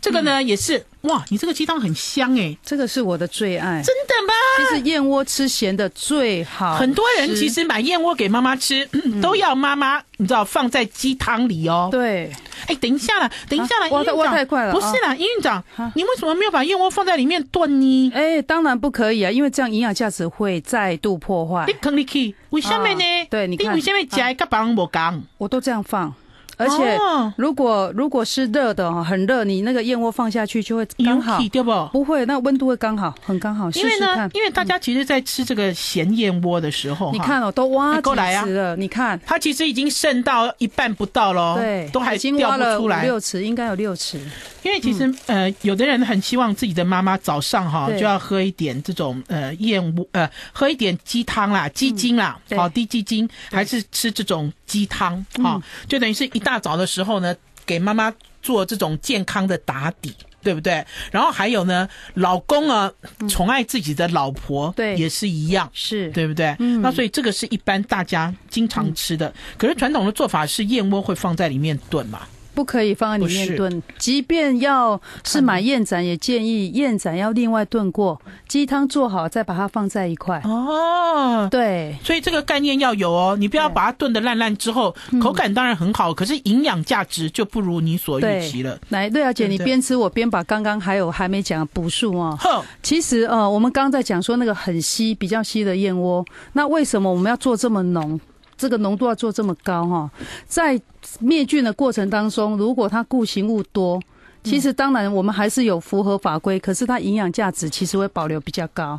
Speaker 1: 这个呢，也是哇，你这个鸡汤很香哎、
Speaker 2: 这个是我的最爱。
Speaker 1: 真的吗？
Speaker 2: 其实燕窝吃咸的最好啊吃，嗯
Speaker 1: 很多人其实买燕窝给妈妈吃，都要妈妈你知道放在鸡汤里哦。
Speaker 2: 对
Speaker 1: 哎，等一下啦，等一下啦，
Speaker 2: 啊
Speaker 1: 营运
Speaker 2: 挖太
Speaker 1: 长，
Speaker 2: 挖太快了啊
Speaker 1: 不是啦，营运长，你为什么没有把燕窝放在里面炖呢？
Speaker 2: 哎、当然不可以啊，因为这样营养价值会再度破坏
Speaker 1: 哎你。坑里去，为什么呢？
Speaker 2: 啊对你看
Speaker 1: 为什么加跟别人不讲？
Speaker 2: 我都这样放，而且
Speaker 1: 哦
Speaker 2: 如果如果是热的哦，很热，你那个燕窝放下去就会刚好
Speaker 1: 有气，对不？
Speaker 2: 不会，那温度会刚好，很刚好。试
Speaker 1: 因为
Speaker 2: 试
Speaker 1: 呢
Speaker 2: 看，，
Speaker 1: 因为大家其实，在吃这个咸燕窝的时候，
Speaker 2: 你
Speaker 1: 哈，
Speaker 2: 看哦，都挖
Speaker 1: 你过来啊
Speaker 2: 几尺了，你看，
Speaker 1: 它其实已经剩到一半不到喽，
Speaker 2: 对，
Speaker 1: 哦都还
Speaker 2: 已经
Speaker 1: 掉
Speaker 2: 挖
Speaker 1: 不
Speaker 2: 了
Speaker 1: 出
Speaker 2: 五
Speaker 1: 来。
Speaker 2: 六尺，应该有六尺，
Speaker 1: 因为其实、呃，有的人很希望自己的妈妈早上哈
Speaker 2: 嗯对
Speaker 1: 就要喝一点这种呃燕窝呃，喝一点鸡汤啦、鸡精啦，
Speaker 2: 嗯对
Speaker 1: 好、低鸡精，还是吃这种鸡汤哈、
Speaker 2: 嗯
Speaker 1: 就等于是一大早的时候呢，给妈妈做这种健康的打底。对不对？然后还有呢，老公啊，宠爱自己的老婆，
Speaker 2: 嗯对
Speaker 1: 也是一样，
Speaker 2: 是
Speaker 1: 对不对？
Speaker 2: 嗯
Speaker 1: 那所以这个是一般大家经常吃的。可是传统的做法是燕窝会放在里面炖嘛？
Speaker 2: 不可以放在里
Speaker 1: 不
Speaker 2: 面
Speaker 1: 是
Speaker 2: 炖。即便要是买燕盏，也建议燕盏要另外炖过，鸡汤做好再把它放在一块。
Speaker 1: 哦，
Speaker 2: 对，
Speaker 1: 所以这个概念要有哦，你不要把它炖得烂烂之后，
Speaker 2: 嗯
Speaker 1: 口感当然很好，可是营养价值就不如你所预期了。
Speaker 2: 来，瑞瑶姐，
Speaker 1: 对
Speaker 2: 你
Speaker 1: 对
Speaker 2: 边吃我边把刚刚还有还没讲的补述哦。
Speaker 1: 哼，
Speaker 2: 其实呃，我们刚刚在讲说那个很稀、比较稀的燕窝，那为什么我们要做这么浓？这个浓度要做这么高哈、在灭菌的过程当中，如果它固形物多，其实当然我们还是有符合法规，可是它营养价值其实会保留比较高。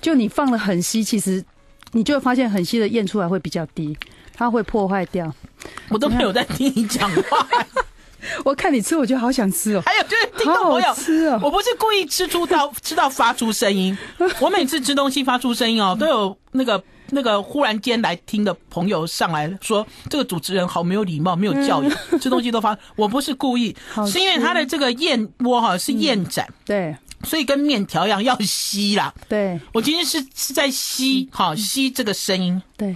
Speaker 2: 就你放了很稀，其实你就会发现很稀的验出来会比较低，它会破坏掉。
Speaker 1: 我都没有在听你讲
Speaker 2: [laughs]
Speaker 1: 话，
Speaker 2: 我看你吃，我就好想吃哦，
Speaker 1: 还有就是听众
Speaker 2: 好
Speaker 1: 朋友
Speaker 2: 好。吃哦。
Speaker 1: 我不是故意吃出到 [laughs] 吃到发出声音，我每次吃东西发出声音
Speaker 2: 嗯
Speaker 1: 哦，都有那个那个忽然间来听的朋友上来说，这个主持人好没有礼貌，没有教养， [laughs] 吃东西都发。我不是故意
Speaker 2: 嗯好，嗯
Speaker 1: 是因为他的这个燕窝哈是燕盏，
Speaker 2: 对
Speaker 1: 所以跟面条一样要稀啦。
Speaker 2: 对
Speaker 1: 我今天是是在
Speaker 2: 嗯
Speaker 1: 吸，好吸这个声音，
Speaker 2: 对，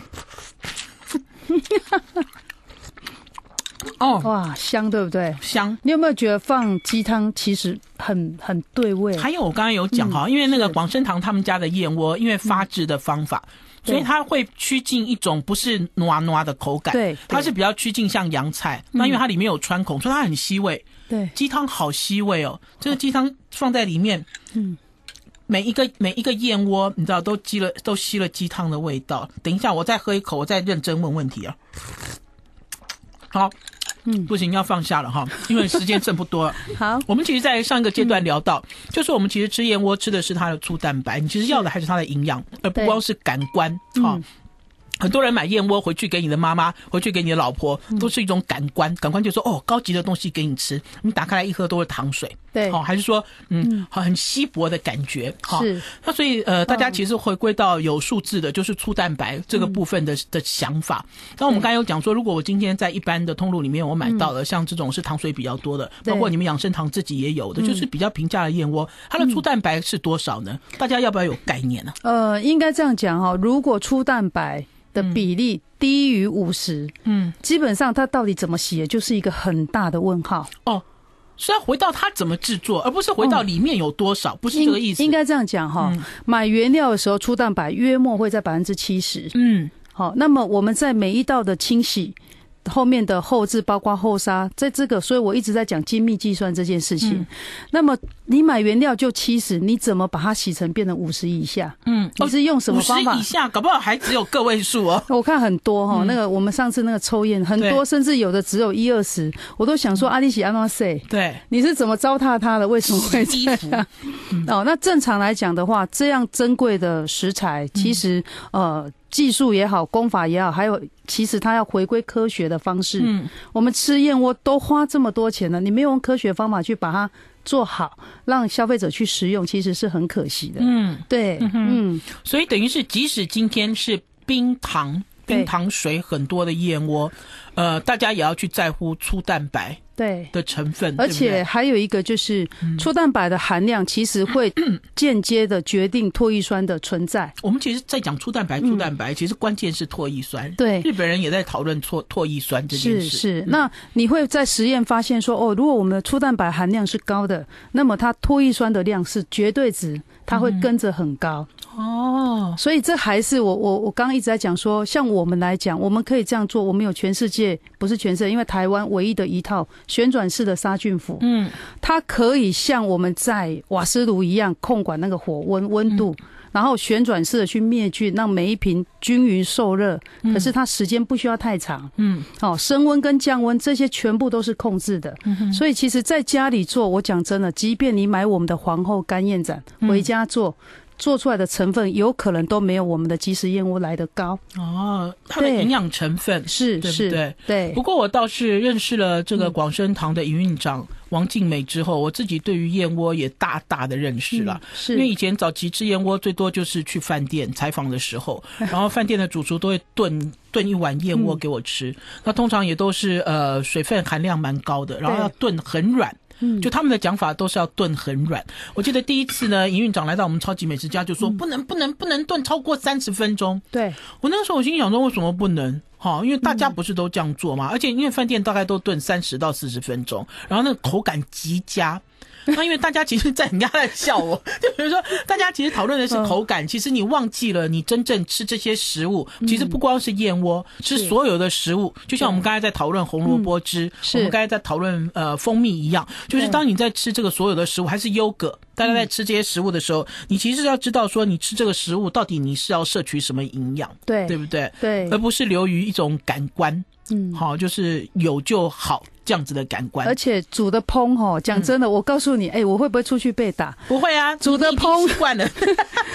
Speaker 1: 哦，
Speaker 2: 哇，香对不对？
Speaker 1: 香。
Speaker 2: 你有没有觉得放鸡汤其实很很对味？
Speaker 1: 还有我刚刚有讲
Speaker 2: 嗯
Speaker 1: 哈，因为那个广生堂他们家的燕窝，因为发制的方法，所以
Speaker 2: 对
Speaker 1: 它会趋近一种不是糯糯的口感，
Speaker 2: 对嗯
Speaker 1: 它
Speaker 2: 对
Speaker 1: 是比较趋近像洋菜。那因为它里面有穿孔，所以它很吸味。
Speaker 2: 对，
Speaker 1: 鸡汤好吸味哦，这个鸡汤放在里面，
Speaker 2: 嗯，
Speaker 1: 每一个每一个燕窝，你知道都吸了都吸了鸡汤的味道。等一下，我再喝一口，我再认真问问题啊。好，
Speaker 2: 嗯
Speaker 1: 不行，要放下了哈，因为时间剩不多了。
Speaker 2: 好，
Speaker 1: 我们其实，在上一个阶
Speaker 2: 嗯
Speaker 1: 段聊到，就是我们其实吃燕窝吃的是它的粗蛋白，你其实要的还是它的营养，而不
Speaker 2: 对
Speaker 1: 光是感官哈。
Speaker 2: 嗯
Speaker 1: 很多人买燕窝回去给你的妈妈，回去给你的老婆，
Speaker 2: 嗯
Speaker 1: 都是一种感官，感官就说哦，高级的东西给你吃，你打开来一喝都是糖水，
Speaker 2: 对
Speaker 1: 哦，还是说嗯，好很稀薄的感觉，哈
Speaker 2: 是
Speaker 1: 那所以呃，大
Speaker 2: 嗯
Speaker 1: 家其实回归到有数字的，就是粗蛋白这个部分
Speaker 2: 嗯
Speaker 1: 的、的想法。那我们刚才有讲说，如果我今天在一般的通路里面我买到了，像这种是糖水比较多的，
Speaker 2: 嗯对嗯
Speaker 1: 包括你们养生堂自己也有的，就是比较平价的燕窝，它的粗蛋白是多少呢？大家要不要有概念呢、
Speaker 2: 呃，应该这样讲哈、如果粗蛋白的比例低于五十、
Speaker 1: 嗯，
Speaker 2: 基本上它到底怎么写，就是一个很大的问号。
Speaker 1: 哦，是要回到它怎么制作，而不是回到里面有多少，不是这个意思。
Speaker 2: 哦应应该这样讲哈、
Speaker 1: 嗯
Speaker 2: 买原料的时候，粗蛋白约莫会在百分之七十。
Speaker 1: 嗯
Speaker 2: 好，那么我们在每一道的清洗后面的后置，包括后杀，在这个，所以我一直在讲精密计算这件事情。
Speaker 1: 嗯
Speaker 2: 那么你买原料就七十，你怎么把它洗成变成五十以下？
Speaker 1: 嗯，
Speaker 2: 你
Speaker 1: 哦，
Speaker 2: 是用什么
Speaker 1: 五十
Speaker 2: 方法
Speaker 1: 以？下，搞不好还只有个位数哦。
Speaker 2: 我看很多哈、
Speaker 1: 嗯
Speaker 2: 那个我们上次那个抽验很
Speaker 1: 对嗯
Speaker 2: 多，甚至有的只有一二十，我都想说啊阿丽喜阿妈塞，
Speaker 1: 对，
Speaker 2: [laughs] 你是怎么糟蹋它的？为什么会这
Speaker 1: 洗衣
Speaker 2: 样？
Speaker 1: 服
Speaker 2: 哦，那正常来讲的话，这样珍贵的食材，
Speaker 1: 嗯
Speaker 2: 其实、呃技术也好，功法也好，还有其实它要回归科学的方式。
Speaker 1: 嗯，
Speaker 2: 我们吃燕窝都花这么多钱了，你没有用科学方法去把它做好，让消费者去食用，其实是很可惜的。
Speaker 1: 嗯。
Speaker 2: 对，嗯，
Speaker 1: 所以等于是，即使今天是冰糖、
Speaker 2: 对
Speaker 1: 冰糖水很多的燕窝，呃，大家也要去在乎粗蛋白
Speaker 2: 对。
Speaker 1: 的成分，嗯对
Speaker 2: 而
Speaker 1: 不嗯
Speaker 2: 且
Speaker 1: 对
Speaker 2: 还有一个就是，粗蛋白的含量其实会间接的决定唾液酸的存在。
Speaker 1: 我们其实，在讲粗蛋白，粗蛋白、其实关键是唾液酸。
Speaker 2: 嗯对，
Speaker 1: 日本人也在讨论唾唾液酸这件
Speaker 2: 是
Speaker 1: 事。嗯
Speaker 2: 是，那你会在实验发现说，哦，如果我们的粗蛋白含量是高的，那么它脱液酸的量是绝对值，它会跟着很高。
Speaker 1: 哦，
Speaker 2: 所以这还是我我我刚刚一直在讲说，像我们来讲，我们可以这样做，我们有全世界不是全世界，因为台湾唯一的一套旋转式的杀菌釜，
Speaker 1: 嗯，
Speaker 2: 它可以像我们在瓦斯炉一样控管那个火温
Speaker 1: 嗯
Speaker 2: 温度。然后旋转式的去灭菌，让每一瓶均匀受热。可是它时间不需要太长，
Speaker 1: 嗯，
Speaker 2: 哦，升温跟降温这些全部都是控制的，
Speaker 1: 嗯
Speaker 2: 所以其实在家里做，我讲真的，即便你买我们的皇后干燕盏
Speaker 1: 嗯
Speaker 2: 回家做，做出来的成分有可能都没有我们的即食燕窝来的高，
Speaker 1: 哦，它的
Speaker 2: 对
Speaker 1: 营养成分
Speaker 2: 是
Speaker 1: 对不
Speaker 2: 是，
Speaker 1: 对？
Speaker 2: 对嗯
Speaker 1: 不过我倒是认识了这个广生堂的营运长王静美之后，我自己对于燕窝也大大的认识了。
Speaker 2: 嗯是
Speaker 1: 因为以前早期吃燕窝最多就是去饭店采访的时
Speaker 2: [laughs]
Speaker 1: 候，然后饭店的主厨都会炖炖一碗燕窝给我
Speaker 2: [laughs]
Speaker 1: 吃，那通常也都是呃水分含量蛮高的，然后
Speaker 2: 对
Speaker 1: 要炖很软。
Speaker 2: 嗯
Speaker 1: 就他们的讲法都是要炖很软。我记得第一次呢，营运长来到我们超级美食家就说、
Speaker 2: 嗯
Speaker 1: 不能不能不能炖超过三十分钟。
Speaker 2: 对
Speaker 1: 我那时候我心想说为什么不能？哈，因为大家
Speaker 2: 嗯
Speaker 1: 不是都这样做嘛，而且因为饭店大概都炖三十到四十分钟，然后那个口感极
Speaker 2: [laughs]
Speaker 1: 佳。那因为大家其实，在人家在笑我， [laughs] 就比如说，大家其实讨论的是
Speaker 2: 嗯
Speaker 1: 口感，其实你忘记了，你真正吃这些食物，其实不光是燕窝，吃
Speaker 2: 嗯是嗯
Speaker 1: 所有的食物，就像我们刚才在讨论红萝卜汁，
Speaker 2: 是
Speaker 1: 我们刚才在讨论呃蜂蜜一样，就是
Speaker 2: 对
Speaker 1: 当你在吃这个所有的食物，还是优格，大
Speaker 2: 嗯
Speaker 1: 家在吃这些食物的时候，你其实要知道说，你吃这个食物到底你是要摄取什么营养。
Speaker 2: 对
Speaker 1: 对不呃对？
Speaker 2: 对
Speaker 1: 而，不是流于一种感官，
Speaker 2: 嗯。
Speaker 1: 好、就是有就好这样子的感官
Speaker 2: 而。且煮的烹哦，讲真的，
Speaker 1: 嗯
Speaker 2: 我告诉你，哎、我会不会出去被
Speaker 1: [laughs]
Speaker 2: 打？
Speaker 1: 不会啊，
Speaker 2: 煮得
Speaker 1: 你已经
Speaker 2: 烹
Speaker 1: 习
Speaker 2: [laughs]
Speaker 1: 惯了，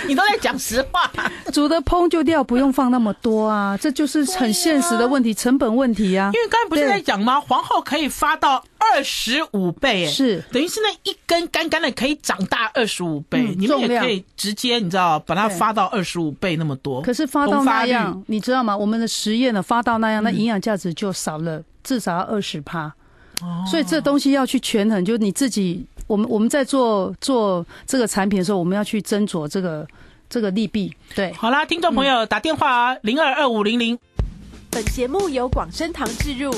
Speaker 1: 你都在讲实话。
Speaker 2: 煮的烹就料不用放那么多啊，这就是很现实的问题，成本问题啊。
Speaker 1: 因为刚才不是
Speaker 2: 对
Speaker 1: 在讲吗？皇后可以发到二十五倍，哎，
Speaker 2: 是
Speaker 1: 等于是那一根干干的可以长大二十五倍，
Speaker 2: 嗯
Speaker 1: 你们
Speaker 2: 重
Speaker 1: 也
Speaker 2: 量
Speaker 1: 可以直接你知道把它
Speaker 2: 对
Speaker 1: 发到二十五倍那么多。
Speaker 2: 可是发
Speaker 1: 膨发
Speaker 2: 到
Speaker 1: 嗯
Speaker 2: 那
Speaker 1: 率
Speaker 2: 样，你知道吗？我们的实验呢，发到那样，那营养价值就少了至少要二十趴。
Speaker 1: 哦
Speaker 2: 所以这东西要去权衡，就你自己，我们我们在做做这个产品的时候，我们要去斟酌这个这个利弊。对，
Speaker 1: 好
Speaker 2: 嗯
Speaker 1: 啦，听众朋友打电话啊，零二二五零零
Speaker 5: 本节目由广生堂制入，